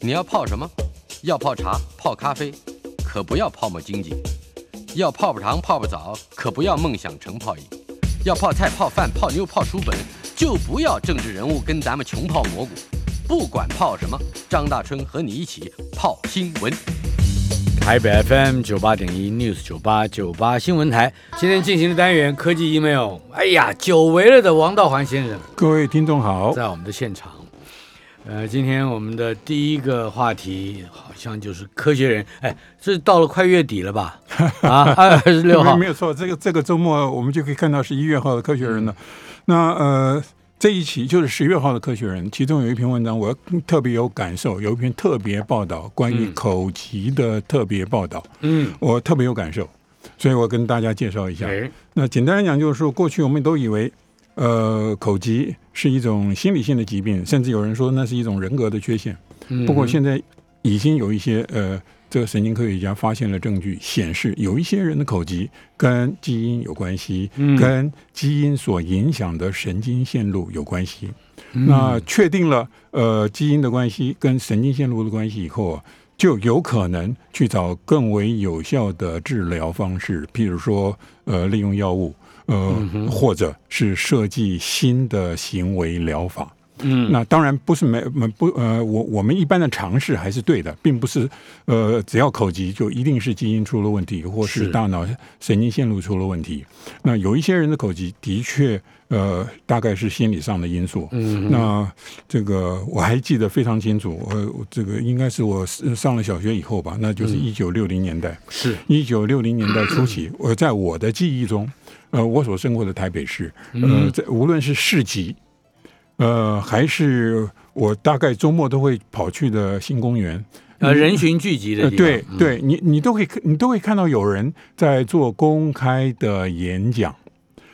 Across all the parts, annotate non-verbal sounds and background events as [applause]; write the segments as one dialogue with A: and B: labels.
A: 你要泡什么？要泡茶、泡咖啡，可不要泡沫经济；要泡泡糖、泡泡澡，可不要梦想成泡影；要泡菜、泡饭、泡妞、泡书本，就不要政治人物跟咱们穷泡蘑菇。不管泡什么，张大春和你一起泡新闻。
B: 台北 FM 九八点一 News 九八九八新闻台，今天进行的单元科技 email。哎呀，久违了的王道环先生
C: 各位听众好，
B: 在我们的现场。呃，今天我们的第一个话题好像就是科学人。哎，这到了快月底了
C: [laughs]
B: 吧？啊，二十六号
C: 没。有错，这个这个周末我们就可以看到十一月号的《科学人》了。
B: 嗯
C: 那呃，这一期就是十月号的《科学人》，其中有一篇文章我特别有感受，有一篇特别报道关于口蹄的特别报道，
B: 嗯，
C: 我特别有感受，所以我跟大家介绍一下。
B: 哎，
C: 那简单来讲，就是说过去我们都以为，呃，口疾是一种心理性的疾病，甚至有人说那是一种人格的缺陷。
B: 嗯
C: 不过现在已经有一些呃，这个神经科学家发现了证据，显示有一些人的口疾跟基因有关系，跟基因所影响的神经线路有关系。那确定了呃基因的关系跟神经线路的关系以后啊，就有可能去找更为有效的治疗方式，譬如说呃利用药物，呃、或者是设计新的行为疗法。
B: 嗯
C: 那当然不是没没不呃，我我们一般的尝试还是对的，并不是呃，只要口疾就一定是基因出了问题，或是
B: 是
C: 大脑神经线路出了问题。那有一些人的口疾的确呃，大概是心理上的因素。
B: 嗯，
C: 那这个我还记得非常清楚，我、我这个应该是我上了小学以后吧，那就是
B: 嗯
C: 一九六零年代。
B: 是
C: 一九六零年代初期，我在我的记忆中，呃，我所生活的台北市，呃，在无论是市集，呃，还是我大概周末都会跑去的新公园，
B: 呃，人群聚集的
C: 呃，
B: 地方。
C: 嗯
B: 嗯
C: 对对，你你都会你都会看到有人在做公开的演讲。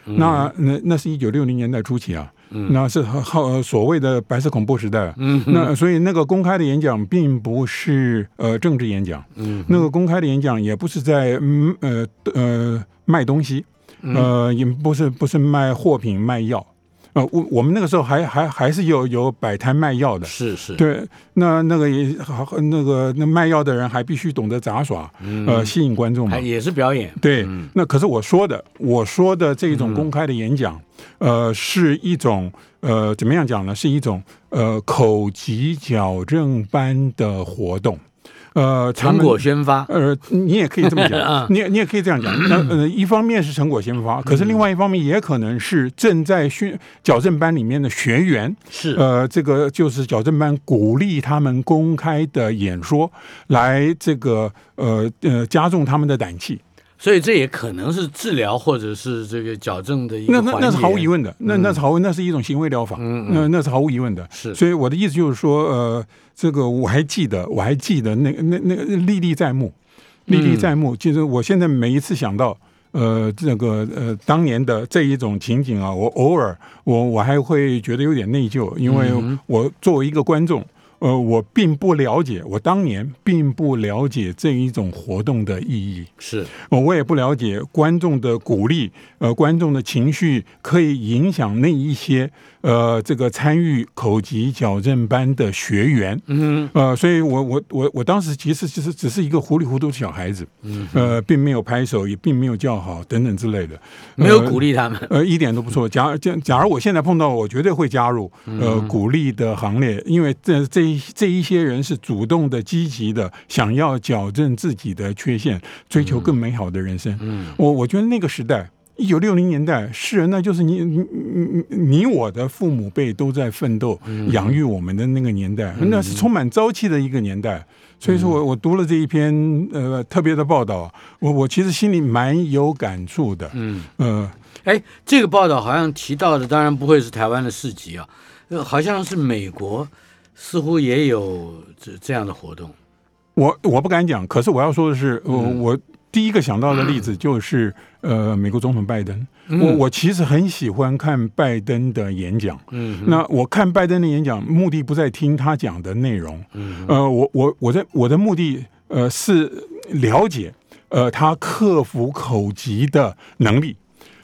B: 嗯
C: 那那那是一九六零年代初期啊，那是好所谓的白色恐怖时代。嗯，那所以那个公开的演讲并不是呃政治演讲，嗯，那个公开的演讲也不是在嗯呃呃卖东西，
B: 嗯
C: 呃也不是不是卖货品卖药，呃我我们那个时候还还还是有有摆摊卖药的，
B: 是是，
C: 对，那那个也好，那个那卖药的人还必须懂得杂耍，呃，吸引观众
B: 嗯还。
C: 嘛
B: 哎嗯也是表演。
C: 对，那可是我说的，我说的这种公开的演讲，
B: 嗯
C: 呃，是一种呃，怎么样讲呢？是一种呃口疾矫正班的活动，呃，他
B: 成
C: 们
B: 果宣发，
C: 呃，你也可以这么讲
B: [laughs] 啊，嗯
C: 你也你也可以这样讲。那
B: [clears throat]
C: 呃，一方面是成果先发，可是另外一方面也可能是正在训矫正班里面的学员，
B: 是
C: 呃，这个就是矫正班鼓励他们公开的演说，来这个呃呃加重他们的胆气。
B: 所以这也可能是治疗或者是这个矫正的一
C: 那
B: 个
C: 那
B: 环节。
C: 那是毫无疑问的，那那是毫无那是一种行为疗法，
B: 嗯
C: 那那是毫无疑问的。
B: 是
C: 所以我的意思就是说，呃，这个我还记得，我还记得那那那历历在目，历历在目。其实我现在每一次想到。呃，这个呃，当年的这一种情景啊，我偶尔我我还会觉得有点内疚，因为我作为一个观众，呃，我并不了解，我当年并不了解这一种活动的意义。
B: 是
C: 呃我也不了解观众的鼓励，呃，观众的情绪可以影响那一些呃这个参与口疾矫正班的学员，嗯，呃，所以我我我我当时其实其实只是一个糊里糊涂的小孩子，嗯，呃，并没有拍手，也并没有叫好等等之类的，
B: 没有
C: 呃
B: 鼓励他们。
C: 呃，一点都不错。假假假如我现在碰到，我绝对会加入呃鼓励的行列，因为这这一这一些人是主动的、积极的，想要矫正自己的缺陷，追求更美好的人生。嗯，我我觉得那个时代。一九六零年代，是那就是你你你你我的父母辈都在奋斗养育我们的那个年代，那是充满朝气的一个年代。所以说我我读了这一篇呃特别的报道，我我其实心里蛮有感触的。嗯呃，
B: 哎，这个报道好像提到的，当然不会是台湾的市集啊，呃好像是美国，似乎也有这这样的活动。
C: 我我不敢讲，可是我要说的是，我、我第一个想到的例子就是呃，美国总统拜登。我我其实很喜欢看拜登的演讲。
B: 嗯，
C: 那我看拜登的演讲，目的不在听他讲的内容。嗯，呃，我我我在我的目的呃是了解呃他克服口疾的能力。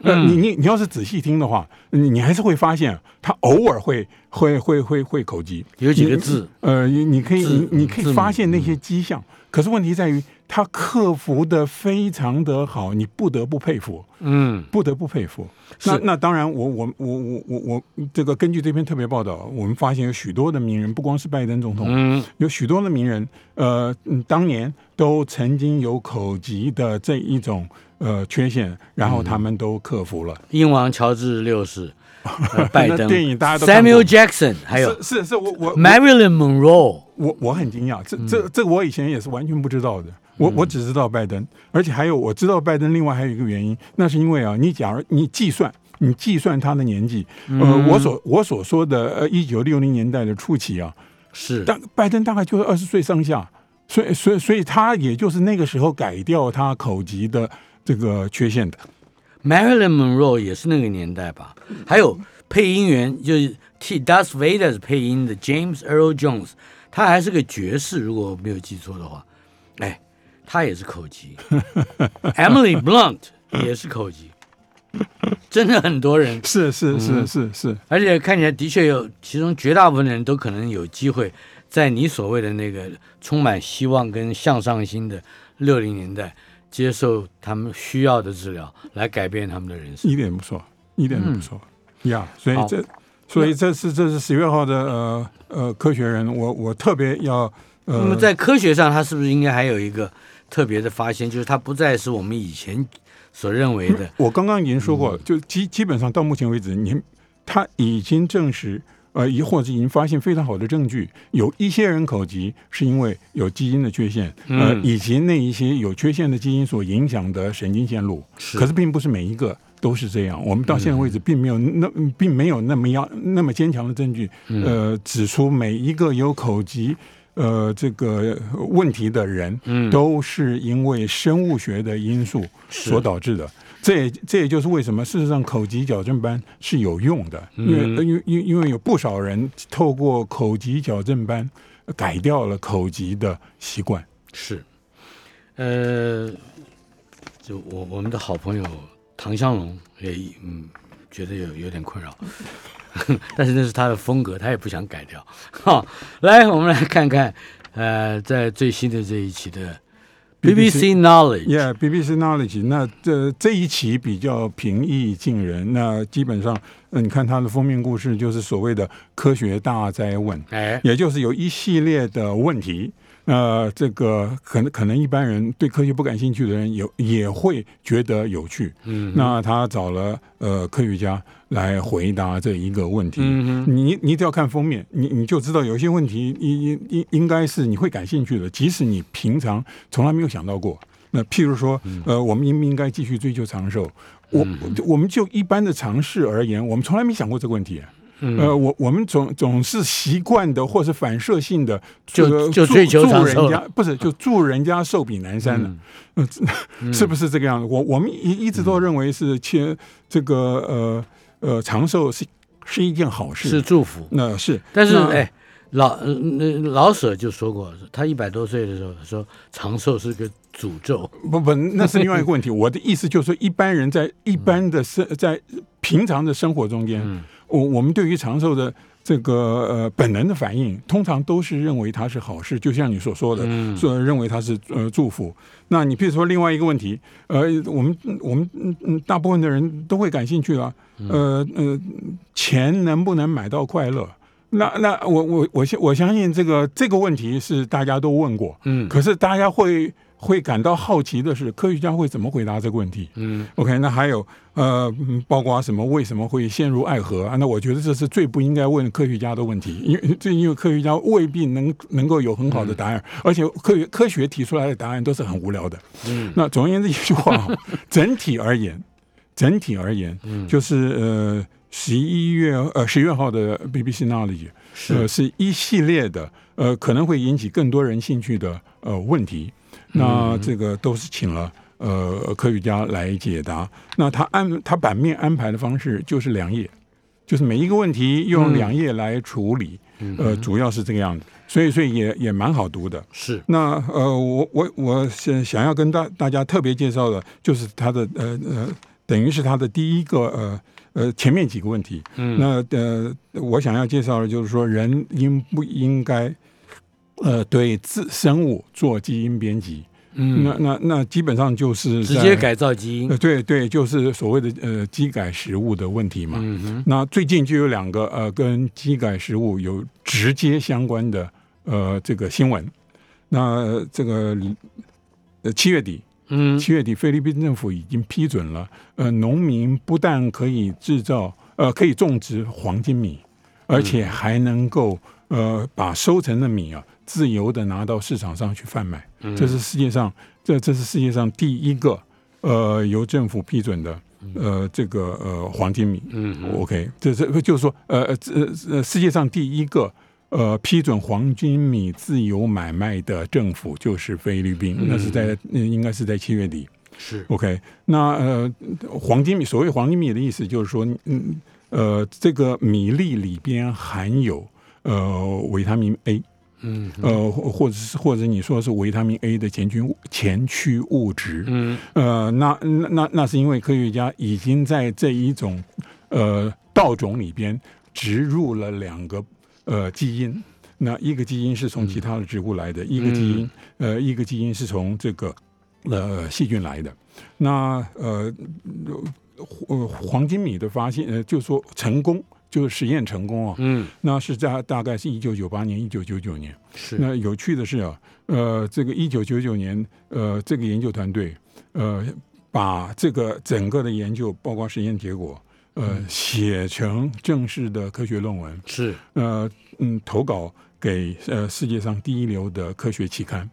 C: 呃，你你你要是仔细听的话，你你还是会发现他偶尔会会会会会口疾，
B: 有几个
C: 你
B: 字，
C: 呃，你你可以
B: 字
C: 你你
B: 字
C: 可以
B: 母
C: 发现那些迹象，可是问题在于他克服的非常的好，你不得不佩服，
B: 嗯
C: 不得不佩服。
B: 是
C: 那那当然我，我我我我我这个根据这篇特别报道，我们发现有许多的名人，不光是拜登总统，
B: 嗯
C: 有许多的名人，呃，嗯当年都曾经有口疾的这一种呃缺陷，然
B: 嗯
C: 后他们都克服了。
B: 英王乔治六世、
C: [laughs]
B: 呃拜登、
C: 电影大家都看过
B: Samuel Jackson，还有
C: 是是是我我
B: Marilyn Monroe，
C: 我我很惊讶，这这这我以前也是完全不知道的。我我只知道拜登，而且还有我知道拜登，另外还有一个原因，那是因为啊，你假如你计算。你计算他的年纪，呃，我所我所说的，呃，一九六零年代的初期啊，
B: 是
C: 大拜登大概就是二十岁上下，所以所以所以他也就是那个时候改掉他口疾的这个缺陷的。
B: Marilyn Monroe 也是那个年代吧？还有配音员就是替 Darth Vader 配音的 James Earl Jones，他还是个爵士，如果我没有记错的话，哎，他也是口疾。Emily Blunt 也是口疾，真的很多人，
C: 是是是是是，
B: 而且看起来的确有，其中绝大部分的人都可能有机会在你所谓的那个充满希望跟向上心的六零年代。接受他们需要的治疗，来改变他们的人生。
C: 一点不错，一点都不错呀。所
B: 嗯
C: 以
B: 好
C: 这，所以这是这是十月号的呃呃科学人，我我特别要
B: 那么
C: 呃
B: 在科学上，它是不是应该还有一个特别的发现，就是它不再是我们以前所认为的？嗯
C: 我刚刚已经说过，就基基本上到目前为止，您他已经证实，呃，亦或者已经发现非常好的证据，有一些人口疾是因为有基因的缺陷，呃，
B: 嗯
C: 以及那一些有缺陷的基因所影响的神经线路，可是并不是每一个。都是这样，我们到现在为止
B: 嗯
C: 并没有那、并没有那么样那么坚强的证据，
B: 嗯
C: 呃，指出每一个有口疾呃这个问题的人，
B: 嗯
C: 都是因为生物学的因素所导致的。这也这也就是为什么，事实上口疾矫正班是有用的，因为、因为因为因为有不少人透过口疾矫正班改掉了口疾的习惯。
B: 是，呃，就我我们的好朋友唐湘龙也嗯觉得有有点困 [laughs] 扰，但是那是他的风格，他也不想改掉。哈，来，我们来看看，呃，在最新的这一期的 BBC Knowledge，
C: Yeah，BBC Knowledge，那这这一期比较平易近人，那基本上，呃你看它的封面故事就是所谓的科学大灾问。
B: 哎， [laughs]
C: 也就是有一系列的问题。呃，这个可能可能一般人对科学不感兴趣的人有也会觉得有趣。
B: 嗯，
C: 那他找了呃科学家来回答这一个问题。
B: 嗯
C: 你你只要看封面，你你就知道有些问题应应应应该是你会感兴趣的，即使你平常从来没有想到过。那譬如说，
B: 嗯
C: 呃，我们应不应该继续追求长寿？我我们就一般的常识而言，我们从来没想过这个问题。
B: 嗯
C: 呃，我我们总总是习惯的，或是反射性的，
B: 就
C: 呃
B: 就
C: 祝
B: 追求长
C: 祝
B: 寿
C: 人家
B: 了
C: 不是就祝人家寿比南山了，嗯这是不是这个样子？我我们一一直都认为是切这个呃呃长寿是是一件好事，
B: 是祝福。
C: 那、是，
B: 但是
C: 那
B: 哎，老那老舍就说过，他一百多岁的时候说长寿是个诅咒。
C: 不不，那是另外一个问题。我的意思就是说，一般人在一般的生在平常的生活中间，我我们对于长寿的这个呃本能的反应，通常都是认为它是好事，就像你所说的，说认为它是呃祝福。那你譬如说另外一个问题，呃，我们我们嗯嗯大部分的人都会感兴趣了，呃呃，钱能不能买到快乐？那那我我我相我相信这个这个问题是大家都问过，
B: 嗯
C: 可是大家会会感到好奇的是，科学家会怎么回答这个问题？
B: 嗯
C: OK，那还有呃，嗯包括什么？为什么会陷入爱河啊？那我觉得这是最不应该问科学家的问题，因为这因为科学家未必能能够有很好的答案，而且科学科学提出来的答案都是很无聊的。
B: 嗯，
C: 那总而言之一句
B: [laughs]
C: 话啊，整体而言，整体而言，
B: 嗯
C: 就是呃十一月呃十月号的 BBC 那里，呃是一系列的呃可能会引起更多人兴趣的呃问题，那这个都是请了。呃，科学家来解答。那他安他版面安排的方式就是两页，就是每一个问题用两页来处理。呃，主要是这个样子，所以所以也也蛮好读的。
B: 是
C: 那呃，我我我想想要跟大大家特别介绍的，就是它的呃呃等于是他的第一个呃呃前面几个问题。
B: 嗯
C: 那呃，我想要介绍的就是说，人应不应该呃对自生物做基因编辑？那
B: 嗯，
C: 那那基本上就是
B: 直
C: 在
B: 接。改造基因
C: 呃，，对对，就是所谓的呃基改食物的问题嘛。
B: 嗯哼，
C: 那最近就有两个呃跟基改食物有直接相关的呃这个新闻。那呃这个呃七月底，
B: 嗯
C: 七月底菲律宾政府已经批准了，呃，农民不但可以制造呃可以种植黄金米，而且还能够呃把收成的米啊自由的拿到市场上去贩卖。
B: 嗯
C: 这是世界上这这是世界上第一个呃由政府批准的呃这个呃黄金米。
B: 嗯
C: OK，这这就是说，呃呃这呃，世界上第一个呃批准黄金米自由买卖的政府就是菲律宾，那是在、那应该是在七月底。
B: 嗯是，
C: OK，那呃，黄金米所谓黄金米的意思就是说，嗯呃，这个米粒里边含有呃维他命 A，
B: 嗯
C: 呃或或者是或者你说是维他命 A 的前驱物前驱物质，
B: 嗯
C: 呃，那那那那是因为科学家已经在这一种呃稻种里边植入了两个呃基因，那一个基因是从其他的植物来
B: 嗯
C: 的，一个基因呃一个基因是从这个呃细菌来的。那呃呃黄金米的发现，呃，就说成功就是实验成功啊、
B: 嗯
C: 那是在大概是一九九八年、一九九九年。
B: 是，
C: 那有趣的是啊，呃，这个一九九九年，呃，这个研究团队，呃，把这个整个的研究包括实验结果，呃，写成正式的科学论文，
B: 是，
C: 呃，嗯，投稿给呃世界上第一流的科学期刊，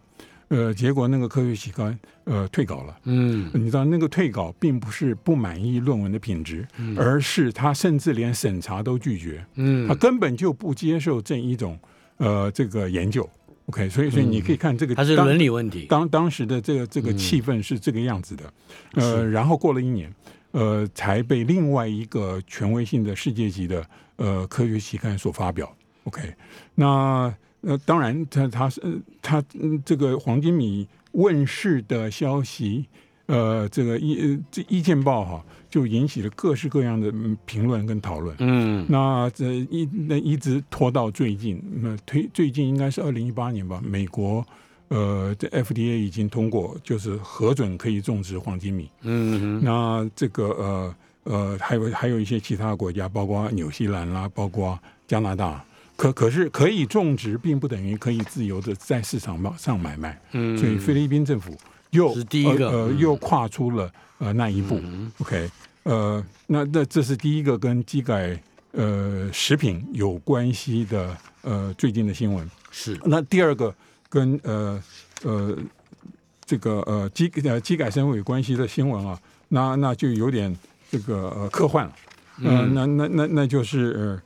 C: 呃，结果那个科学期刊呃退稿了。
B: 嗯
C: 你知道那个退稿并不是不满意论文的品质，而是他甚至连审查都拒绝。他
B: 嗯
C: 根本就不接受这一种呃这个研究。OK，所以所以你可以看这个
B: 它嗯是
C: 嗯当
B: 伦理问题，
C: 当当时的这个这个气氛是这个样子的，呃，然后过了一年，呃，才被另外一个权威性的世界级的呃科学期刊所发表。OK，那呃，当然它它是呃它嗯这个黄金米问世的消息，呃，这个一呃这一见报哈，就引起了各式各样的嗯评论跟讨论。
B: 嗯
C: 那这一那一直拖到最近，那推最近应该是二零一八年吧，美国呃这 FDA 已经通过，就是核准可以种植黄金米。
B: 嗯
C: 那这个呃呃还有还有一些其他国家，包括纽西兰啦，包括加拿大。可可是可以种植，并不等于可以自由的在市场上买卖，
B: 嗯
C: 所以菲律宾政府又
B: 是第一个
C: 呃呃
B: 嗯
C: 又跨出了呃那一步。OK，呃，那那这是第一个跟机改呃食品有关系的呃最近的新闻。
B: 是，
C: 那第二个跟呃呃这个呃机呃机改生物有关系的新闻啊，那那就有点这个呃科幻了。呃，
B: 嗯
C: 那那那那就是呃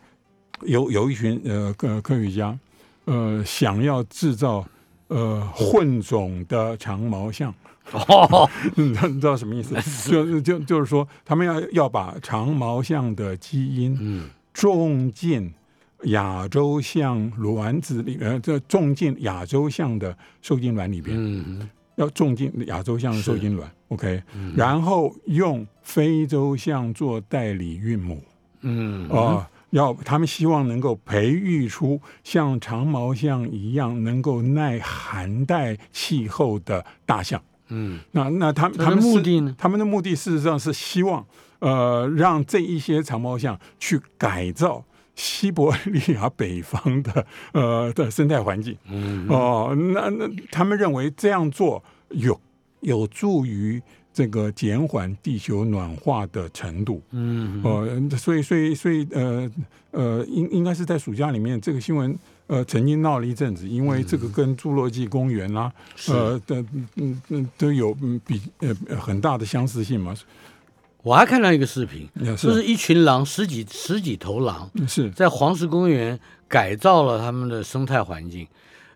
C: 有有一群呃科科学家呃想要制造呃混种的长毛象。
B: 哦，
C: [laughs] 你知道你知道什么
B: [laughs]
C: 意思？就就就是说，他们要要把长毛象的基因
B: 嗯
C: 种进亚洲象卵子里，呃，这种进亚洲象的受精卵里边，
B: 嗯
C: 要种进亚洲象的受精卵，OK，、
B: 嗯
C: 然后用非洲象做代理孕母
B: 嗯
C: 啊、要他们希望能够培育出像长毛象一样能够耐寒带气候的大象。
B: 嗯，
C: 那那他们
B: 它的
C: 他们是
B: 目的呢
C: 他们的目的事实上是希望呃让这一些长毛象去改造西伯利亚北方的呃 [laughs] 的生态环境。
B: 嗯
C: 哦、那那他们认为这样做有有助于这个减缓地球暖化的程度。
B: 嗯
C: 呃，所以所以所以呃呃，应应该是在暑假里面，这个新闻呃曾经闹了一阵子，因为这个
B: 嗯
C: 跟侏罗纪公园啦、呃的嗯嗯都有嗯比呃呃很大的相似性嘛，
B: 我还看到一个视频，
C: 也
B: 就是是一群狼，十几十几头狼，
C: 嗯是
B: 在黄石公园改造了他们的生态环境，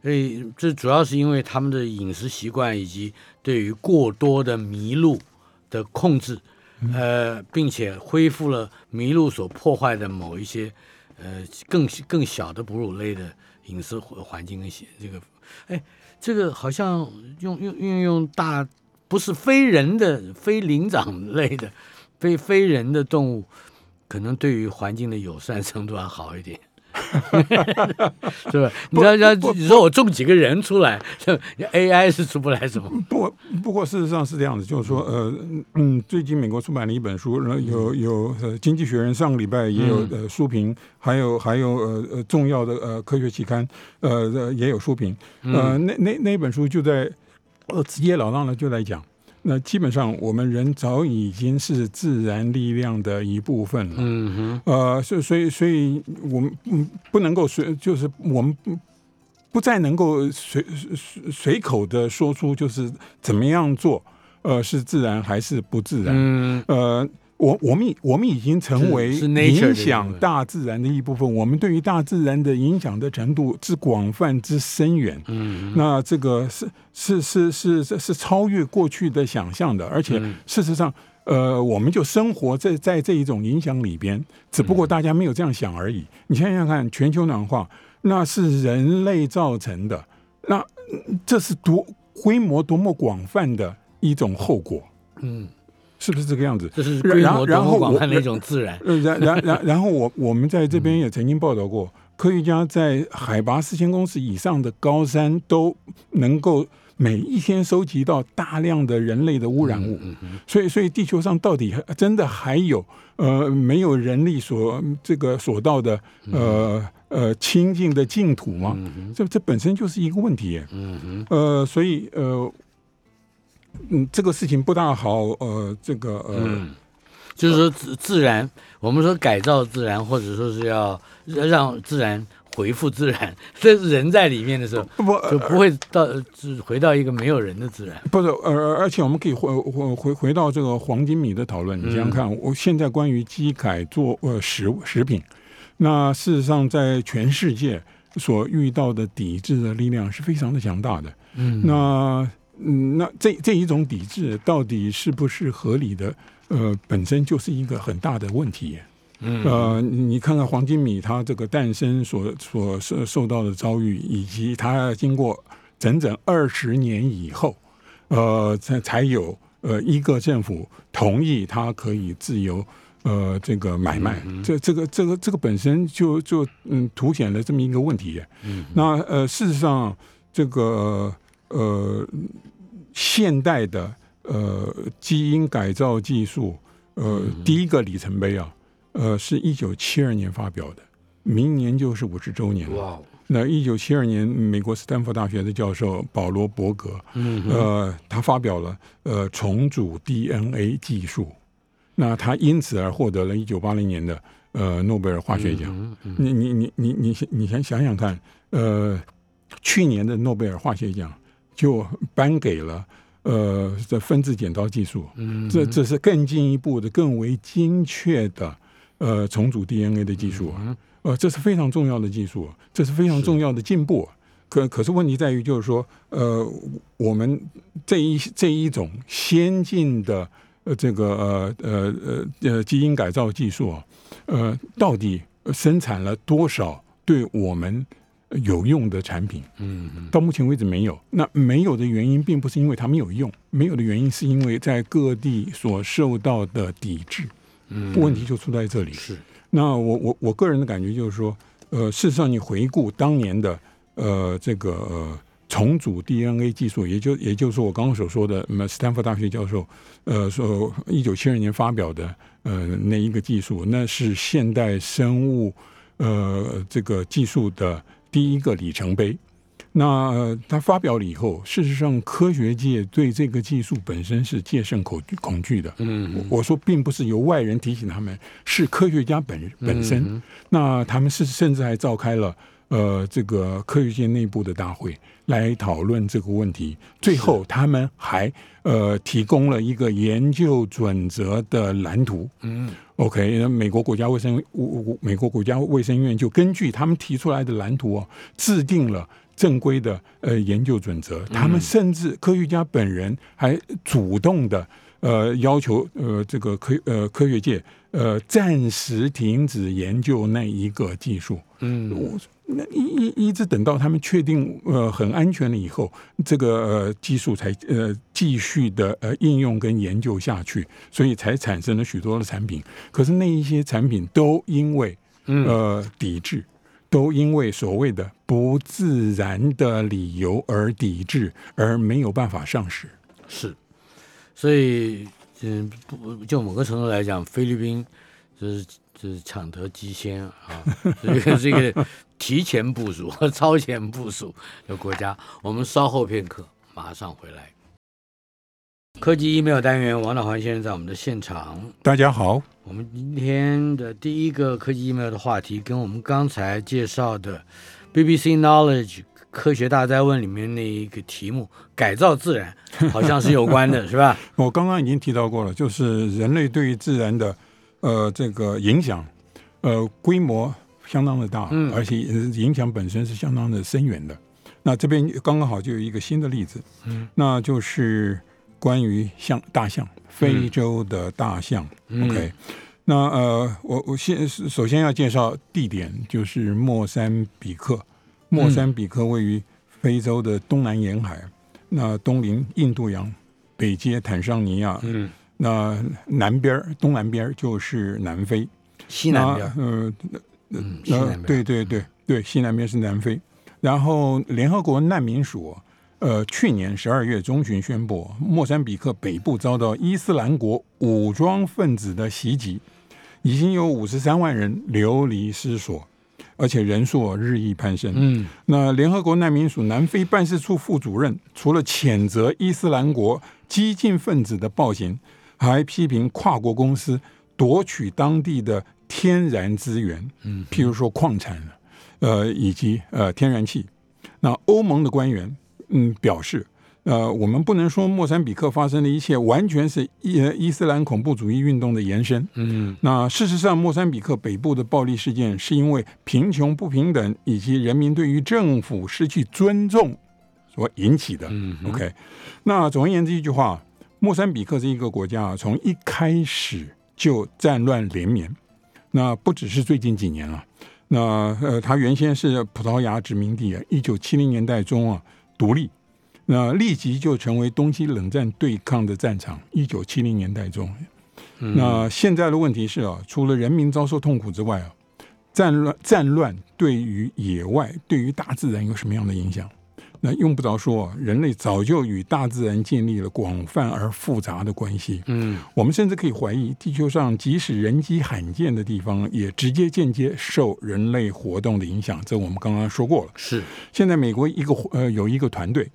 B: 所以这主要是因为他们的饮食习惯以及对于过多的麋鹿的控制，呃，并且恢复了麋鹿所破坏的某一些呃更更小的哺乳类的饮食环环境跟习这个，哎，这个好像用用运用大不是非人的非灵长类的非非人的动物，可能对于环境的友善程度还好一点。 [laughs] 是 [laughs] 吧？你知道，要你说我种几个人出来 [laughs] 是吧，AI 是出不来什么。
C: 不过，不过事实上是这样子，就是说，呃，嗯，最近美国出版了一本书，然后有有呃，《经济学人》上个礼拜也有呃书评，还有还有呃呃重要的呃科学期刊，呃呃也有书评，呃，那那那本书就在呃直截了当的就在讲。那基本上，我们人早已经是自然力量的一部分了。
B: 嗯哼，
C: 呃，所以所以所以我们嗯不能够随，就是我们不不再能够随随随口的说出就是怎么样做，呃，是自然还是不自然？
B: 嗯，
C: 呃，我我们已我们已经成为
B: 是是 nature 的一
C: 影
B: 部
C: 响
B: 分
C: 大自然的一部分，我们对于大自然的影响的程度之广泛之深远，
B: 嗯，
C: 那这个是是是是是是超越过去的想象的，而
B: 嗯
C: 且事实上。呃，我们就生活在在这一种影响里边，只不
B: 嗯
C: 过大家没有这样想而已。你想想看，全球暖化那是人类造成的，那嗯这是多规模多么广泛的一种后果，
B: 嗯，
C: 是不是这个样子？
B: 这是规
C: 然
B: 模多
C: 然
B: 么
C: 后
B: 广
C: 我
B: 泛的一种自然。
C: 呃，然然然然后我我们在这
B: 嗯
C: 边也曾经报道过，科学家在海拔四千公尺以上的高山都能够每一天收集到大量的人类的污染物，
B: 嗯
C: 所以所以地球上到底还真的还有呃没有人力所这个所到的
B: 嗯
C: 呃呃清净的净土吗？这这本身就是一个问题耶。
B: 嗯哼，
C: 呃，所以呃。嗯，这个事情不大好，呃，这个呃，
B: 嗯，就是说自自然，我们说改造自然，或者说是要让自然回复自然， [laughs] 这是人在里面的时候。
C: 不不，
B: [laughs]
C: 呃
B: 就不会到只回到一个没有人的自然。
C: 不是，而而且我们可以回回回回到这个黄金米的讨论。你
B: 嗯
C: 想想看，我现在关于机改做呃食食品，那事实上在全世界所遇到的抵制的力量是非常的强大的。
B: 嗯
C: 那嗯，那这这一种抵制到底是不是合理的？呃，本身就是一个很大的问题。
B: 嗯
C: 呃，你看看黄金米它这个诞生所所受受到的遭遇，以及它经过整整二十年以后，呃，才才有呃一个政府同意它可以自由呃这个买卖，这这个这个这个本身就就嗯凸显了这么一个问题。嗯、那呃事实上这个呃现代的呃基因改造技术呃第一个里程碑啊，呃是一九七二年发表的，明年就是五十周年了。
B: 哇，
C: 那一九七二年，美国斯坦福大学的教授保罗·伯格，
B: 嗯
C: 呃，他发表了呃重组 DNA 技术，那他因此而获得了一九八零年的呃诺贝尔化学奖。
B: 嗯嗯
C: 你你你你你你想想想看，呃，去年的诺贝尔化学奖就颁给了呃这分子剪刀技术，
B: 嗯，
C: 这这是更进一步的、更为精确的呃重组 DNA 的技术啊，呃，这是非常重要的技术，这是非常重要的进步啊。可可是问题在于，就是说，呃，我们这一这一种先进的呃这个呃呃呃呃基因改造技术啊，呃，到底生产了多少对我们有用的产品？
B: 嗯
C: 到目前为止没有。那没有的原因，并不是因为它没有用，没有的原因是因为在各地所受到的抵制。
B: 嗯
C: 问题就出在这里。
B: 是，
C: 那我我我个人的感觉就是说，呃，事实上你回顾当年的呃这个呃重组 DNA 技术，也就也就是我刚刚所说的，那么斯坦福大学教授呃说一九七二年发表的呃那一个技术，那是现代生物呃这个技术的第一个里程碑。那、呃他发表了以后，事实上科学界对这个技术本身是戒慎恐惧恐惧的。
B: 嗯
C: 我我说并不是由外人提醒他们，是科学家本
B: 嗯
C: 本身。那他们是甚至还召开了呃这个科学界内部的大会来讨论这个问题。最后他们还呃提供了一个研究准则的蓝图。
B: 嗯
C: OK，那美国国家卫生我美国国家卫生院就根据他们提出来的蓝图哦，制定了正规
B: 嗯
C: 的呃研究准则。他们甚至科学家本人还主动的呃要求呃这个科呃科学界呃暂时停止研究那一个技术。
B: 嗯
C: 我那一一一直等到他们确定呃很安全了以后，这个、呃、技术才呃继续的呃应用跟研究下去，所以才产生了许多的产品。可是那一些产品都因为
B: 嗯
C: 呃抵制，都因为所谓的不自然的理由而抵制，而没有办法上市。
B: 是，所以嗯，不就某个程度来讲，菲律宾就是就是抢得机先啊， [laughs] 这个这个提前部署、 [laughs] 和超前部署的国家。我们稍后片刻马上回来。科技 email 单元，王老环先生在我们的现场。
C: 大家好，
B: 我们今天的第一个科技 email 的话题，跟我们刚才介绍的 BBC Knowledge 科学大灾问里面那一个题目“改造自然”好像是有关
C: [laughs]
B: 的，是吧？
C: 我刚刚已经提到过了，就是人类对于自然的呃这个影响，呃规模相当的大，
B: 嗯
C: 而且呃影响本身是相当的深远的。那这边刚刚好就有一个新的例子，
B: 嗯，
C: 那就是关于象大象，非洲的大象。
B: 嗯
C: OK，那呃，我我先首先要介绍地点，就是莫桑比克。莫桑比克位于非洲的东南沿海，那东临印度洋，北接坦桑尼亚，
B: 嗯，
C: 那南边儿东南边儿就是南非。
B: 西南边，
C: 那呃，
B: 嗯，西
C: 呃
B: 南边，
C: 对，对对对，西南边是南非。然后联合国难民署，呃，去年十二月中旬宣布，莫桑比克北部遭到伊斯兰国武装分子的袭击，已经有五十三万人流离失所，而且人数日益攀升。
B: 嗯
C: 那联合国难民署南非办事处副主任除了谴责伊斯兰国激进分子的暴行，还批评跨国公司夺取当地的天然资源，
B: 嗯，
C: 譬如说矿产，呃，以及呃天然气。那欧盟的官员，嗯，表示，呃，我们不能说莫桑比克发生的一切完全是伊呃伊斯兰恐怖主义运动的延伸，
B: 嗯
C: 那事实上，莫桑比克北部的暴力事件是因为贫穷不平等以及人民对于政府失去尊重所引起的。
B: 嗯
C: OK，那总而言之一句话，莫桑比克这一个国家啊，从一开始就战乱连绵。那不只是最近几年了，那呃，它原先是葡萄牙殖民地啊，一九七零年代中啊独立，那立即就成为东西冷战对抗的战场。一九七零年代中，
B: 嗯
C: 那现在的问题是啊，除了人民遭受痛苦之外啊，战乱战乱对于野外、对于大自然有什么样的影响？那用不着说啊，人类早就与大自然建立了广泛而复杂的关系。
B: 嗯
C: 我们甚至可以怀疑，地球上即使人迹罕见的地方，也直接间接受人类活动的影响。这我们刚刚说过了。
B: 是，
C: 现在美国一个呃有一个团队，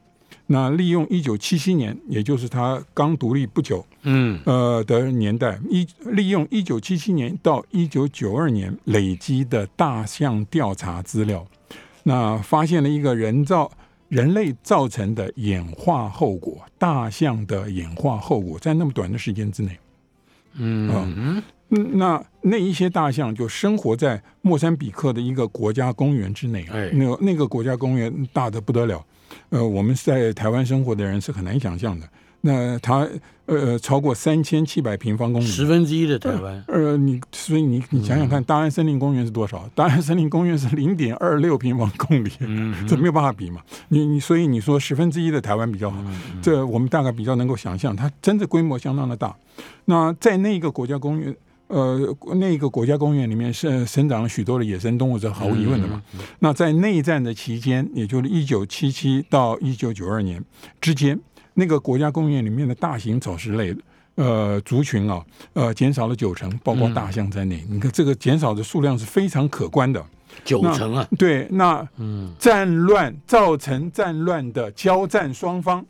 C: 那利用一九七七年，也就是他刚独立不久，
B: 嗯
C: 呃的年代，一利用一九七七年到一九九二年累积的大象调查资料，那发现了一个人造人类造成的演化后果，大象的演化后果，在那么短的时间之内，
B: 嗯
C: 嗯，那那一些大象就生活在莫桑比克的一个国家公园之内啊
B: 哎，
C: 那那个国家公园大的不得了，呃，我们在台湾生活的人是很难想象的。那它呃超过三千七百平方公里，
B: 十分之一的台湾，
C: 呃，你所以你你想想看，大安森林公园是多少？大安森林公园是零点二六平方公里，
B: 嗯
C: 这没有办法比嘛。你你所以你说十分之一的台湾比较好，这我们大概比较能够想象，它真的规模相当的大。那在那个国家公园，呃，那个国家公园里面是生长了许多的野生动物，这毫无疑问的嘛。那在内战的期间，也就是一九七七到一九九二年之间，那个国家公园里面的大型草食类。呃，族群啊，呃，减少了九成，包括大象在内。你看这个减少的数量是非常可观的。
B: 九成啊，
C: 对，那
B: 嗯
C: 战乱造成战乱的交战双方，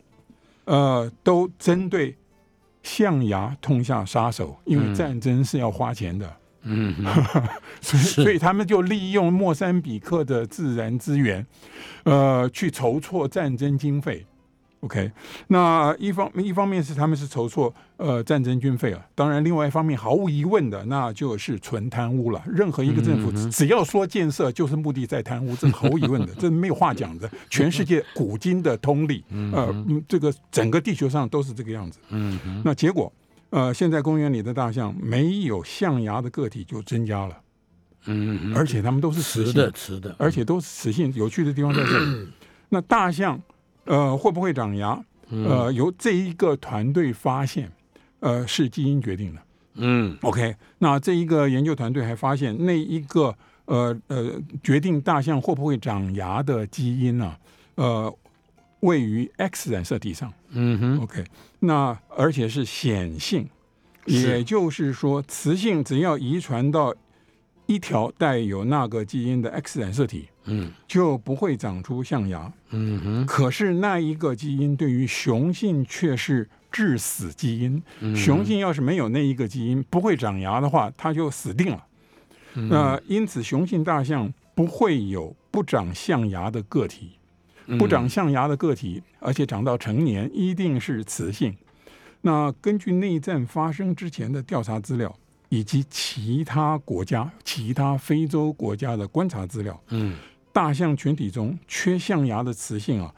C: 呃，都针对象牙痛下杀手，因为
B: 嗯
C: 战争是要花钱的，
B: 嗯，
C: [laughs] 所
B: 是
C: 以他们就利用莫桑比克的自然资源，呃，去筹措战争经费。OK，那一方一方面是他们是筹措呃战争军费啊，当然另外一方面毫无疑问的那就是纯贪污了。任何一个政府
B: 嗯嗯嗯
C: 只要说建设，就是目的在贪污，这是毫无疑问
B: [laughs]
C: 的，这没有话讲的。全世界嗯古今的通例，呃，嗯这个整个地球上都是这个样子。
B: 嗯
C: 那结果呃，现在公园里的大象没有象牙的个体就增加了，
B: 嗯，
C: 而且它们都是雌
B: 雌
C: 性
B: 的，嗯雌的，
C: 而且都是雌性。有趣的地方在这里， [clears throat] 那大象呃会不会长牙？
B: 嗯
C: 呃，由这一个团队发现，呃，是基因决定的。
B: 嗯
C: OK，那这一个研究团队还发现，那一个呃呃决定大象会不会长牙的基因呢、呃，位于 X 染色体上。
B: 嗯哼，
C: OK，那而且是显性，
B: 是
C: 也就是说，雌性只要遗传到一条带有那个基因的 X 染色体，
B: 嗯
C: 就不会长出象牙。
B: 嗯哼，
C: 可是那一个基因对于雄性却是致死基因，
B: 嗯
C: 雄性要是没有那一个基因，不会长牙的话，它就死定了。
B: 嗯
C: 那、因此，雄性大象不会有不长象牙的个体，
B: 嗯
C: 不长象牙的个体，而且长到成年一定是雌性。那根据内战发生之前的调查资料，以及其他国家、其他非洲国家的观察资料，
B: 嗯
C: 大象群体中缺象牙的雌性啊，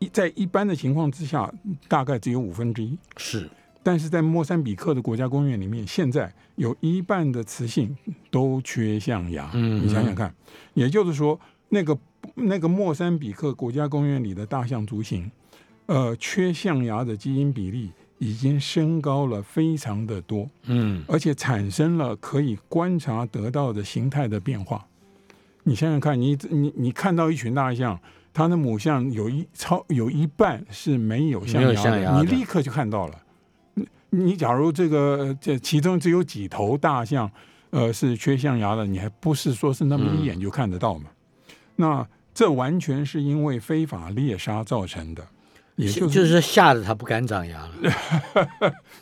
C: 一在一般的情况之下，大概只有五分之一。
B: 是，
C: 但是在莫桑比克的国家公园里面，现在有一半的雌性都缺象牙。
B: 嗯
C: 你想想看，也就是说，那个那个莫桑比克国家公园里的大象族群，呃，缺象牙的基因比例已经升高了非常的多，
B: 嗯
C: 而且产生了可以观察得到的形态的变化。你想想看，你你你看到一群大象，它的母象有一超有一半是没有象
B: 没有
C: 牙
B: 象牙的
C: 你立刻就看到了。你你假如这个这其中只有几头大象，呃，是缺象牙的，你还不是说是那么一
B: 嗯
C: 眼就看得到嘛？那这完全是因为非法猎杀造成的，也
B: 就
C: 就是
B: 吓得他不敢长牙了，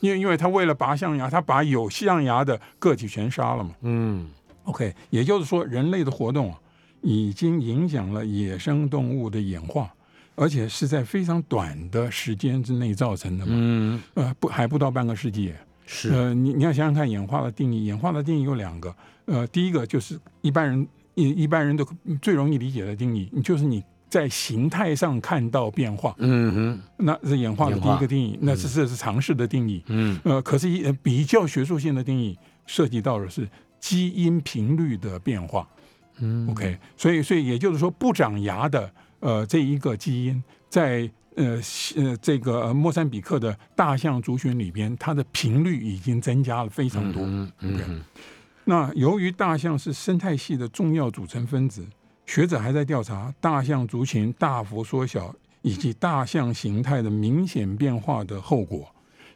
C: 因为因为他为了拔象牙，他把有象牙的个体全杀了嘛。
B: 嗯
C: OK，也就是说，人类的活动啊，已经影响了野生动物的演化，而且是在非常短的时间之内造成的嘛。
B: 嗯
C: 呃，不，还不到半个世纪。
B: 是，
C: 呃，你你要想想看，演化的定义，演化的定义有两个。呃，第一个就是一般人一一般人都最容易理解的定义，就是你在形态上看到变化，
B: 嗯哼，
C: 那是演化的第一个定义，那这这是常识的定义。
B: 嗯
C: 呃，可是一呃比较学术性的定义涉及到的是基因频率的变化。
B: 嗯
C: OK，所以所以也就是说，不长牙的呃这一个基因在。呃西呃，这个呃莫桑比克的大象族群里边，它的频率已经增加了非常多。
B: 嗯嗯嗯
C: 那由于大象是生态系的重要组成分子，学者还在调查大象族群大幅缩小以及大象形态的明显变化的后果。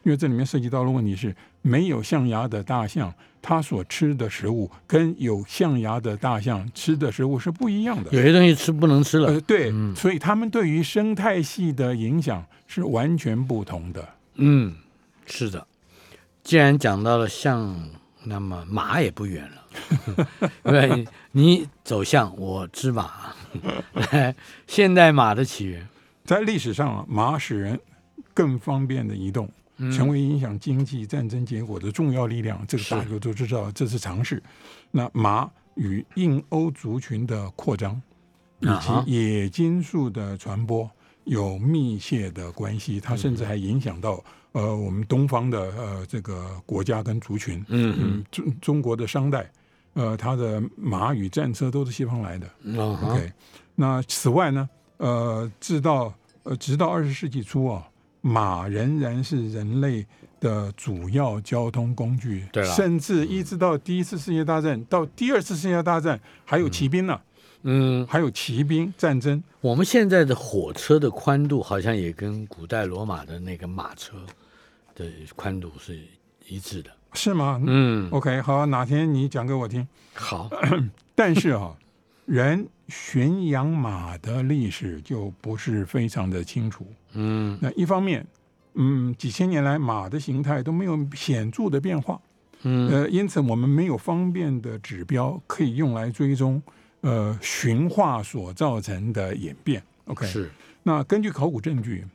C: 因为这里面涉及到的问题是，没有象牙的大象，它所吃的食物跟有象牙的大象吃的食物是不一样的。
B: 有些东西吃不能吃了
C: 呃，，对，所以它们对于生态系的影响是完全不同的。
B: 嗯，是的。既然讲到了象，那么马也不远了，因为你走象，我知马。 [laughs] 来，现代马的起源，
C: 在历史上啊，马使人更方便的移动，
B: 嗯
C: 成为影响经济战争结果的重要力量。这个
B: 是
C: 大家都知道，这是常识。那马与印欧族群的扩张，以
B: 啊哈
C: 及冶金术的传播有密切的关系，它甚至还影响到呃我们东方的呃这个国家跟族群。
B: 嗯
C: 嗯，中中国的商代，呃，它的马与战车都是西方来的。
B: 嗯，啊哈
C: OK，那此外呢，呃，直到呃，直到二十世纪初啊，马仍然是人类的主要交通工具，
B: 对了
C: 甚至一直到第一次世界大战，到第二次世界大战，还有骑兵呢、
B: 嗯，
C: 还有骑兵战争，
B: 我们现在的火车的宽度好像也跟古代罗马的那个马车的宽度是一致的。
C: 是吗？
B: 嗯，
C: OK，好，哪天你讲给我听。
B: 好，
C: 但
B: [laughs]
C: 是啊，人驯养马的历史就不是非常的清楚。
B: 嗯
C: 那一方面，嗯，几千年来马的形态都没有显著的变化，
B: 嗯
C: 呃，因此我们没有方便的指标可以用来追踪呃驯化所造成的演变。OK，
B: 是，
C: 那根据考古证据，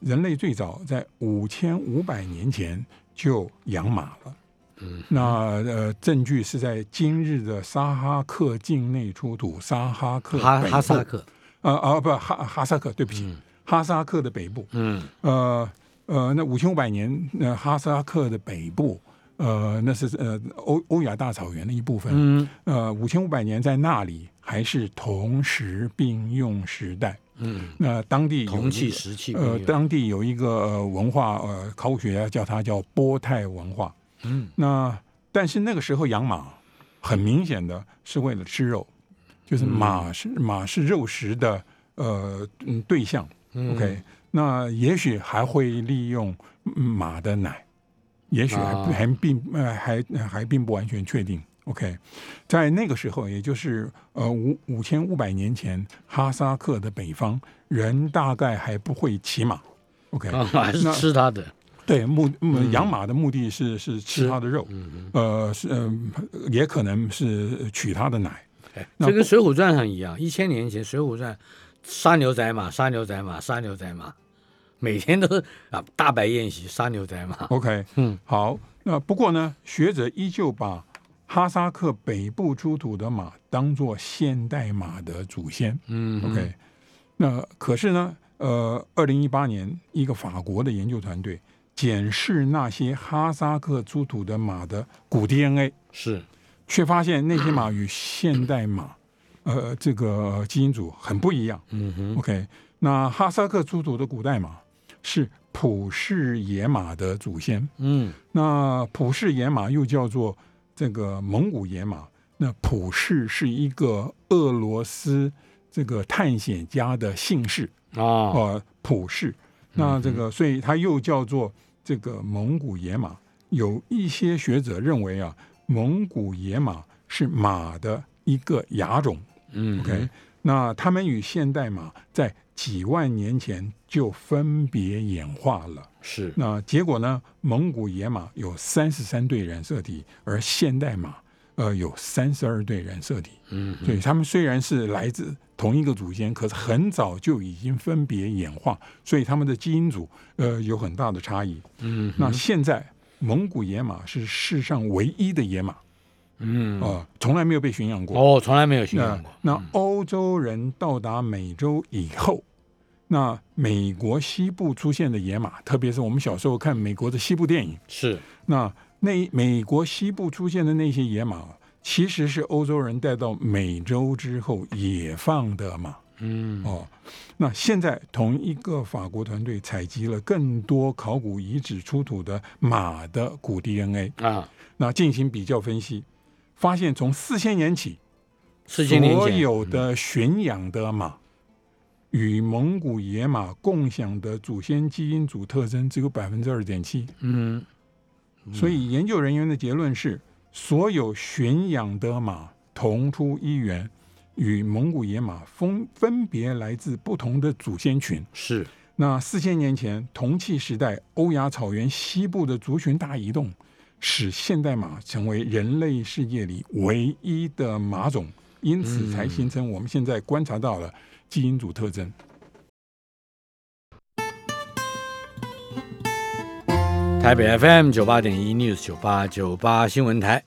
C: 人类最早在五千五百年前就养马了。
B: 嗯，
C: 那呃，证据是在今日的沙哈克境内出土沙哈克
B: 哈
C: 北
B: 哈萨嗯
C: 部呃
B: 克，
C: 啊啊不哈哈萨克，对不起，哈萨克的北部。
B: 嗯
C: 呃，呃，那五千五百年，呃，哈萨克的北部，呃，那是呃欧欧亚大草原的一部分。
B: 嗯
C: 呃，五千五百年在那里还是同时并用时代。
B: 嗯，
C: 那、当地有一
B: 铜
C: 个
B: 器、石器没有，
C: 呃，当地有一个呃文化，呃，考古学家叫它叫波泰文化。
B: 嗯，
C: 那但是那个时候养马，很明显的是为了吃肉，就是
B: 嗯
C: 马是、马是肉食的呃嗯对象。
B: 嗯
C: OK，那也许还会利用马的奶，也许还、
B: 啊
C: 还并呃还还并不完全确定。OK，在那个时候，也就是呃五五千五百年前，哈萨克的北方人大概还不会骑马。OK，、
B: 啊， [laughs] 还是
C: 那
B: 吃它的，
C: 对目嗯养马的目的是是吃它的肉，呃是嗯、也可能是取它的奶。那
B: 这跟《水浒传》上一样，一千年前《水浒传》杀牛宰马，杀牛宰马，杀牛宰马，每天都是啊大摆宴席，杀牛宰马。
C: OK，
B: 嗯，
C: 好，那不过呢，学者依旧把哈萨克北部出土的马当做现代马的祖先。
B: 嗯
C: OK，那可是呢，呃，二零一八年，一个法国的研究团队检视那些哈萨克出土的马的骨 DNA，
B: 是
C: 却发现那些马与现代马，呃，这个基因组很不一样。
B: 嗯哼
C: OK，那哈萨克出土的古代马是普氏野马的祖先。
B: 嗯
C: 那普氏野马又叫做这个蒙古野马。那普氏是一个俄罗斯这个探险家的姓氏，
B: 啊嗯
C: 呃，普氏。那这个，所以它又叫做这个蒙古野马。有一些学者认为啊，蒙古野马是马的一个亚种。
B: 嗯
C: OK，那它们与现代马在几万年前就分别演化了。
B: 是
C: 那结果呢？蒙古野马有三十三对染色体，而现代马呃有三十二对染色体。
B: 嗯
C: 所以它们虽然是来自同一个祖先，可是很早就已经分别演化，所以它们的基因组呃有很大的差异。
B: 嗯
C: 那现在蒙古野马是世上唯一的野马，
B: 嗯
C: 呃，从来没有被驯养过。
B: 哦，从来没有驯
C: 那
B: 养过。
C: 那欧洲人到达美洲以后，那美国西部出现的野马，特别是我们小时候看美国的西部电影，
B: 是
C: 那那美国西部出现的那些野马，其实是欧洲人带到美洲之后野放的马。
B: 嗯
C: 哦，那现在同一个法国团队采集了更多考古遗址出土的马的骨 DNA，
B: 啊，
C: 那进行比较分析，发现从四千年起，
B: 四千年
C: 所
B: 前
C: 有的驯养的马与蒙古野马共享的祖先基因组特征只有百分之二点七，
B: 嗯
C: 所以研究人员的结论是，所有驯养的马同出一源，与蒙古野马分分别来自不同的祖先群。
B: 是
C: 那四千年前铜器时代欧亚草原西部的族群大移动，使现代马成为人类世界里唯一的马种，因此才形成我们现在观察到了基因组特征。
B: 台北 FM 九八点一 News 九八九八新闻台，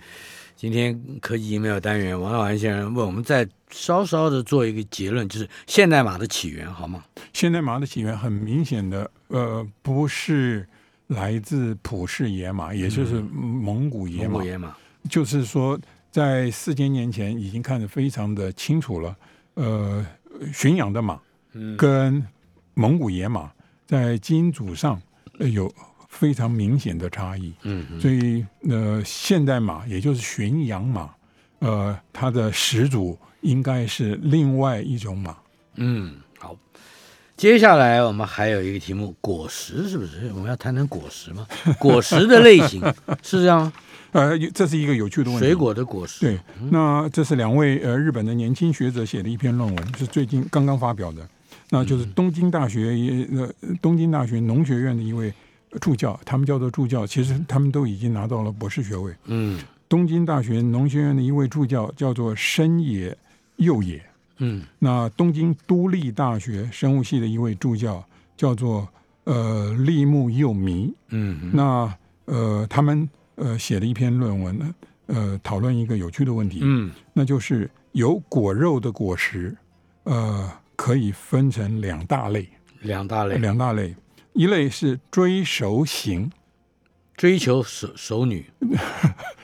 B: 今天科技 email 单元，王老安先生问我们再稍稍的做一个结论，就是现代马的起源，好吗？
C: 现代马的起源很明显的，呃，不是来自普氏野马，也就是蒙古野
B: 嗯蒙
C: 马
B: 古，野马，
C: 就是说在四千年前已经看得非常的清楚了，呃，驯养的马。
B: 嗯
C: 跟蒙古野马在基因组上呃有非常明显的差异，
B: 嗯嗯
C: 所以呃，现代马也就是驯养马，呃，它的始祖应该是另外一种马。
B: 嗯，好。接下来我们还有一个题目，果实是不是？我们要谈谈果实吗？果实的类型是这样吗？
C: 呃，有这是一个有趣的问题。
B: 水果的果实，
C: 对，那这是两位呃日本的年轻学者写的一篇论文，是最近刚刚发表的，那就是
B: 嗯
C: 东京大学也呃东京大学农学院的一位助教，他们叫做助教，其实他们都已经拿到了博士学位。
B: 嗯
C: 东京大学农学院的一位助教叫做深野佑也，
B: 嗯
C: 那东京都立大学生物系的一位助教叫做呃立木佑弥，
B: 嗯
C: 那呃他们呃写了一篇论文呢，呃讨论一个有趣的问题，
B: 嗯
C: 那就是有果肉的果实，呃可以分成两大类，
B: 两大类，
C: 两大类，一类是追熟型，
B: 追求熟熟女，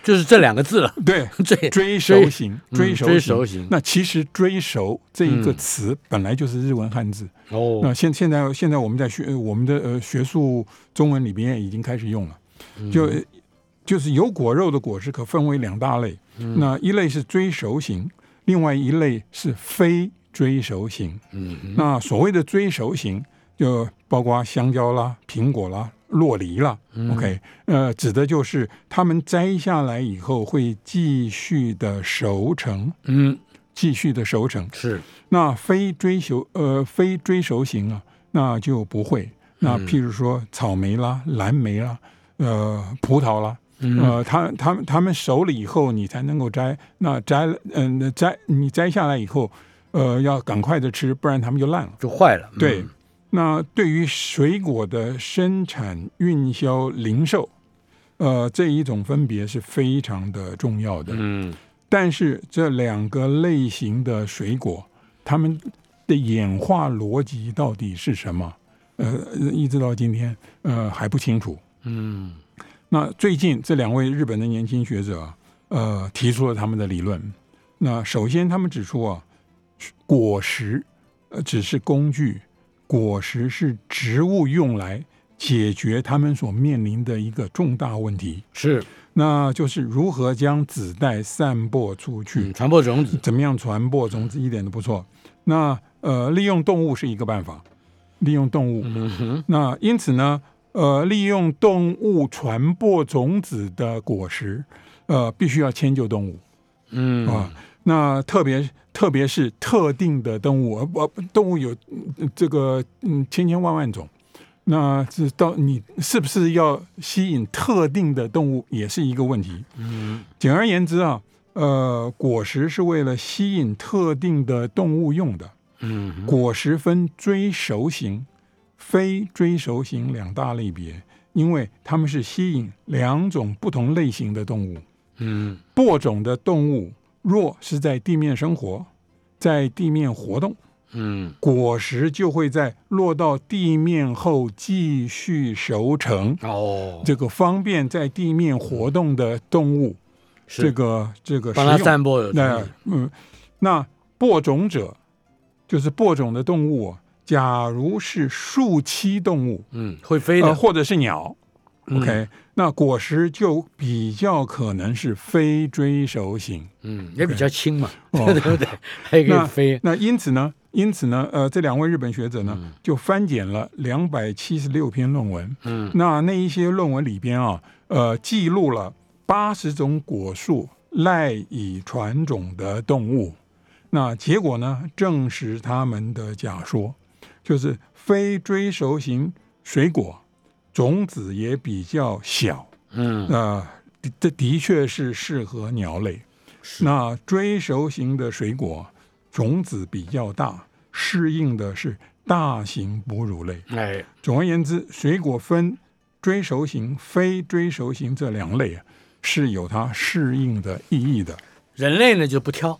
B: 就是这两个字了。
C: 对，
B: 对，
C: 追熟型，
B: 嗯
C: 追熟
B: 追
C: 型。
B: 熟型
C: 那其实“追熟”这一个
B: 嗯
C: 词本来就是日文汉字，那
B: 哦，
C: 现现在现在我们在学我们的呃学术中文里边已经开始用了，
B: 嗯
C: 就就是有果肉的果实可分为两大类，
B: 嗯
C: 那一类是追熟型，另外一类是非追熟型。
B: 嗯
C: 那所谓的追熟型，就包括香蕉啦、苹果啦、洛梨啦、o
B: 嗯
C: k 呃，指的就是它们摘下来以后会继续的熟成，
B: 嗯，
C: 继续的熟成。
B: 是
C: 那非追求呃非追熟型啊，那就不会。那譬如说草莓啦、蓝莓啦、呃葡萄啦，呃，它它们它们熟了以后，你才能够摘。那摘了，嗯、那摘你摘下来以后，呃，要赶快的吃，不然它们就烂了。
B: 就坏了。嗯
C: 对，，那对于水果的生产、运销、零售，呃，这一种分别是非常的重要的。
B: 嗯
C: 但是这两个类型的水果，它们的演化逻辑到底是什么？呃，一直到今天，呃，还不清楚。
B: 嗯
C: 那最近这两位日本的年轻学者啊，呃，提出了他们的理论。那首先，他们指出啊，果实呃只是工具，果实是植物用来解决他们所面临的一个重大问题，
B: 是
C: 那就是如何将子代散播出去。
B: 嗯，传播种子。
C: 怎么样传播种子一点都不错。那呃，利用动物是一个办法，利用动物。
B: 嗯哼，
C: 那因此呢，呃，利用动物传播种子的果实，呃，必须要迁就动物
B: 嗯
C: 啊。那特别特别是特定的动物，呃不、动物有嗯这个嗯千千万万种。那这到你是不是要吸引特定的动物，也是一个问题。
B: 嗯
C: 简而言之啊，呃，果实是为了吸引特定的动物用的。
B: 嗯哼，
C: 果实分追熟型、非追熟型两大类别，因为它们是吸引两种不同类型的动物。
B: 嗯
C: 播种的动物若是在地面生活，在地面活动，
B: 嗯
C: 果实就会在落到地面后继续熟成。
B: 哦，
C: 这个方便在地面活动的动物，
B: 是
C: 这个这个
B: 帮
C: 食
B: 它
C: 用
B: 散播的
C: 那
B: 种子。
C: 嗯，那播种者就是播种的动物啊，假如是树栖动物，
B: 嗯，会飞
C: 呃，
B: 的。
C: 或者是鸟
B: 嗯
C: ，OK，、那果实就比较可能是非追熟型。
B: 嗯，也比较轻嘛，
C: 哦
B: [laughs] 对不对？
C: [laughs]
B: 还可
C: 那
B: 以飞。
C: 那因此呢，因此呢，呃，这两位日本学者呢，就翻检了两百七十六篇论文。
B: 嗯，
C: 那那一些论文里边啊，呃，记录了八十种果树赖以传种的动物。那结果呢，证实他们的假说，就是非追熟型水果种子也比较小。
B: 嗯，
C: 那的这的确是适合鸟类。那追熟型的水果种子比较大，适应的是大型哺乳类。
B: 哎，
C: 总而言之，水果分追熟型、非追熟型这两类啊，是有它适应的意义的。
B: 人类呢就不
C: [laughs]
B: 挑，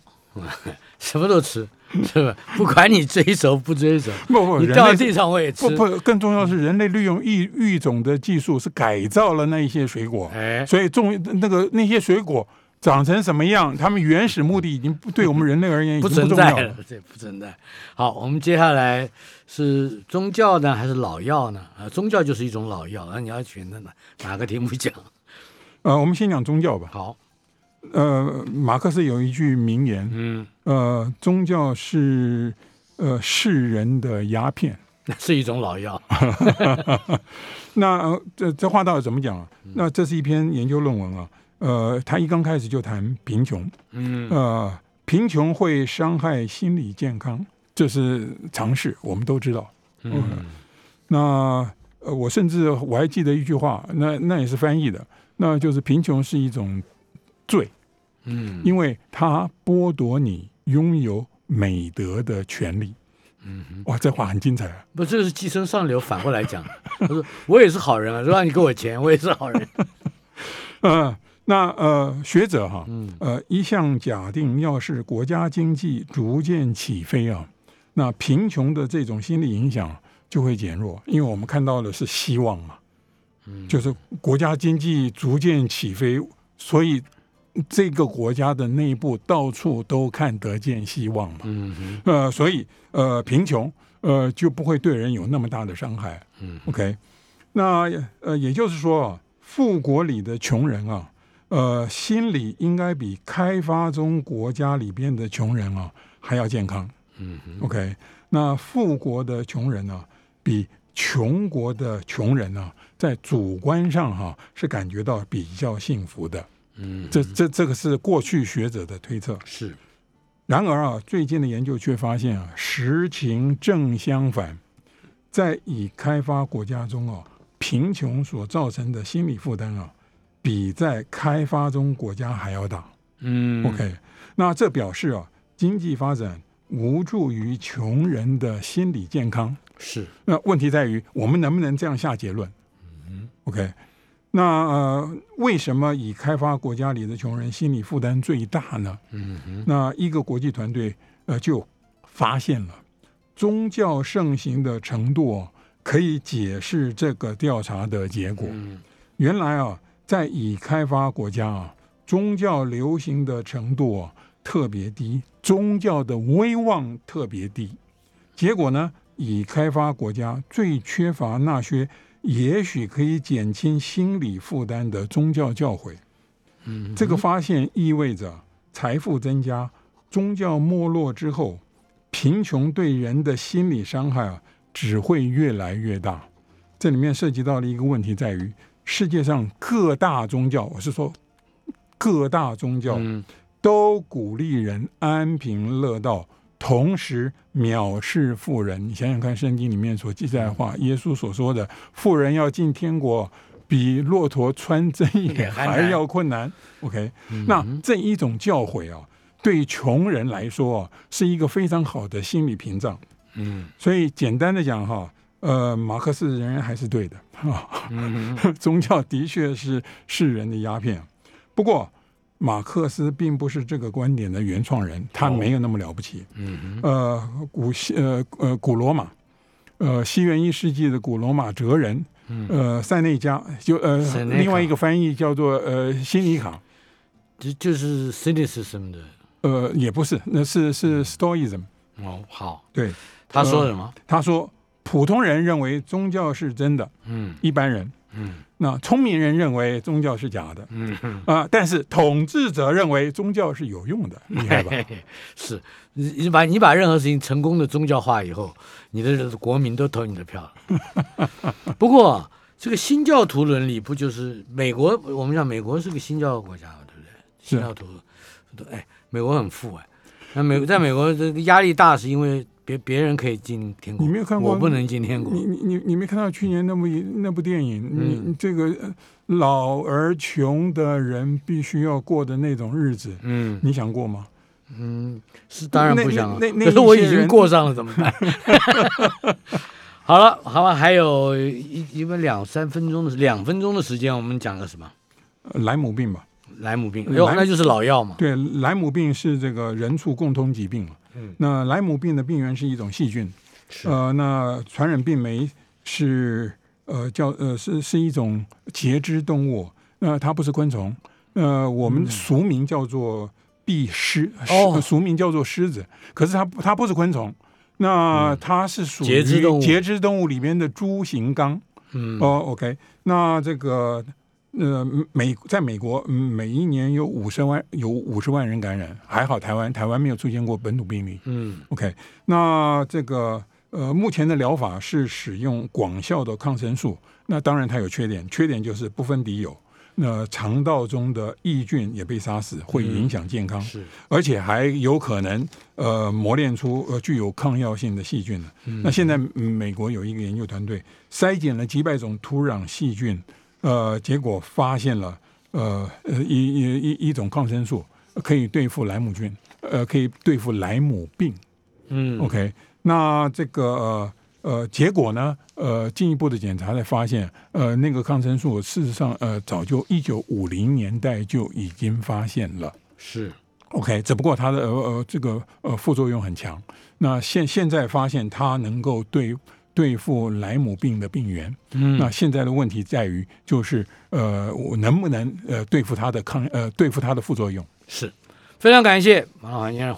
B: 什么都吃，是吧？不管你追熟不追熟，
C: [laughs] 不不，
B: 你
C: 人
B: 掉
C: 类
B: 地上我也吃
C: 不。不，更重要是人类利用育育种的技术是改造了那一些水果，
B: 哎，
C: 所以种那个那些水果长成什么样，它们原始目的已经不对我们人类而言已
B: 不
C: 经不
B: 存
C: 重
B: 在
C: 要
B: 了。，对，不存在。好，我们接下来是宗教呢，还是老药呢？啊，宗教就是一种老药，那你要选择哪哪个题目讲？
C: 呃，我们先讲宗教吧。
B: 好，
C: 呃，马克思有一句名言，
B: 嗯，
C: 呃，宗教是呃世人的鸦片。
B: 那是一种老药，
C: 那呃这这话到底怎么讲啊？那这是一篇研究论文啊，呃，他一刚开始就谈贫穷，
B: 嗯
C: 呃，贫穷会伤害心理健康，这是常识，我们都知道。
B: 嗯
C: 那呃，我甚至我还记得一句话，那那也是翻译的，那就是贫穷是一种罪，
B: 嗯
C: 因为它剥夺你拥有美德的权利。
B: 嗯，
C: 哇，这话很精彩啊！
B: 不，这是寄生上流，反过来讲，我说我也是好人啊，说让你给我钱，我也是好人，
C: [laughs] 呃，那呃，学者哈、
B: 嗯
C: 呃，一向假定要是国家经济逐渐起飞啊，那贫穷的这种心理影响就会减弱，因为我们看到的是希望嘛，
B: 嗯
C: 就是国家经济逐渐起飞，所以这个国家的内部到处都看得见希望嘛，
B: 嗯哼，
C: 呃，所以呃，贫穷呃就不会对人有那么大的伤害。
B: 嗯
C: ，OK，那呃，也就是说啊，富国里的穷人啊，呃，心理应该比开发中国家里边的穷人啊还要健康。
B: 嗯哼，
C: OK，那富国的穷人呢、啊比穷国的穷人呢、在主观上哈、是感觉到比较幸福的。
B: 嗯，
C: 这这这个是过去学者的推测。
B: 是，
C: 然而啊，最近的研究却发现啊，实情正相反，在已开发国家中啊，贫穷所造成的心理负担啊，比在开发中国家还要大。
B: 嗯
C: OK，那这表示啊，经济发展无助于穷人的心理健康。
B: 是，
C: 那问题在于，我们能不能这样下结论？嗯，OK。那呃，为什么以开发国家里的穷人心理负担最大呢？
B: 嗯哼，
C: 那一个国际团队呃就发现了，宗教盛行的程度哦可以解释这个调查的结果。
B: 嗯
C: 原来啊，在已开发国家啊，宗教流行的程度啊特别低，宗教的威望特别低。结果呢，已开发国家最缺乏那些也许可以减轻心理负担的宗教教诲。
B: 嗯，
C: 这个发现意味着财富增加、宗教没落之后，贫穷对人的心理伤害啊，只会越来越大。这里面涉及到了一个问题，在于世界上各大宗教，我是说各大宗教
B: 嗯
C: 都鼓励人安贫乐道，同时藐视富人。你想想看，圣经里面所记载的话，耶稣所说的“富人要进天国，比骆驼穿针
B: 也
C: 也
B: 还
C: 还
B: 难
C: 要困难” OK，那这一种教诲啊，对穷人来说啊，是一个非常好的心理屏障。
B: 嗯
C: 所以简单的讲哈，呃，马克思仍然还是对的啊，
B: 嗯
C: [laughs] 宗教的确是世人的鸦片。不过，马克思并不是这个观点的原创人，他没有那么了不起。
B: 哦嗯
C: 呃，古西呃呃古罗马，呃西元一世纪的古罗马哲人，呃塞内加就呃
B: 嗯塞内卡
C: 另外一个翻译叫做呃辛尼卡，
B: 这就是 cynicism 的
C: 呃也不是，那是
B: 嗯
C: 是 Stoicism。
B: 哦，好，
C: 对，
B: 他说什么？
C: 他说普通人认为宗教是真的，
B: 嗯
C: 一般人。
B: 嗯
C: 那聪明人认为宗教是假的
B: 嗯，
C: 啊、但是统治者认为宗教是有用
B: [laughs]
C: 的，厉害吧？
B: 是你你把你把任何事情成功的宗教化以后，你的国民都投你的票了。不过这个新教徒伦理不就是美国？我们讲美国是个新教国家，对不对？新教徒，哎，美国很富哎。那美在美国这个压力大，是因为别别人可以进天国，
C: 你没有看过
B: 我不能进天国。
C: 你你你你没看到去年那部那部电影？你
B: 嗯
C: 你这个呃老而穷的人必须要过的那种日子，
B: 嗯
C: 你想过吗？
B: 嗯，是当然不想了。
C: 那那那
B: 可是 [laughs] 我
C: 那一
B: 已
C: 些
B: 经
C: 人
B: 过上了，怎么
C: [laughs]
B: 办？ [laughs] 好了，好吧，还有一一们两三分钟的两分钟的时间，我们讲个什么？
C: 呃莱姆病吧？
B: 莱姆病，哎呦，
C: 莱姆
B: 那就是老药嘛。
C: 对，莱姆病是这个人畜共通疾病了。
B: 嗯
C: 那莱姆病的病源是一种细菌，
B: 是
C: 呃，那传染病酶是呃叫呃是是一种节肢动物，那、它不是昆虫，呃，我们俗名叫做壁狮，狮
B: 嗯哦
C: [laughs] 俗名叫做狮子，可是它不它不是昆虫，那它是属于
B: 节肢动物
C: 节肢动物里面的猪形纲。
B: 嗯
C: 哦，OK，那这个呃，美在美国、嗯每一年有五十万有五十万人感染，还好台湾台湾没有出现过本土病例。
B: 嗯
C: OK，那这个呃，目前的疗法是使用广效的抗生素。那当然它有缺点，缺点就是不分敌友。那肠道中的益菌也被杀死，会影响健康，
B: 嗯是
C: 而且还有可能呃磨练出呃具有抗药性的细菌了。那现在嗯美国有一个研究团队筛检了几百种土壤细菌，呃，结果发现了呃呃一一一一种抗生素呃可以对付莱姆菌，呃，可以对付莱姆病。
B: 嗯
C: OK，那这个呃呃结果呢？呃，进一步的检查才发现，呃，那个抗生素事实上呃早就一九五零年代就已经发现了。
B: 是
C: OK，只不过它的呃呃这个呃副作用很强。那现现在发现它能够对对付莱姆病的病源，
B: 嗯
C: 那现在的问题在于就是呃我能不能呃对付它的抗呃对付它的副作用。
B: 是，非常感谢马老韩先生。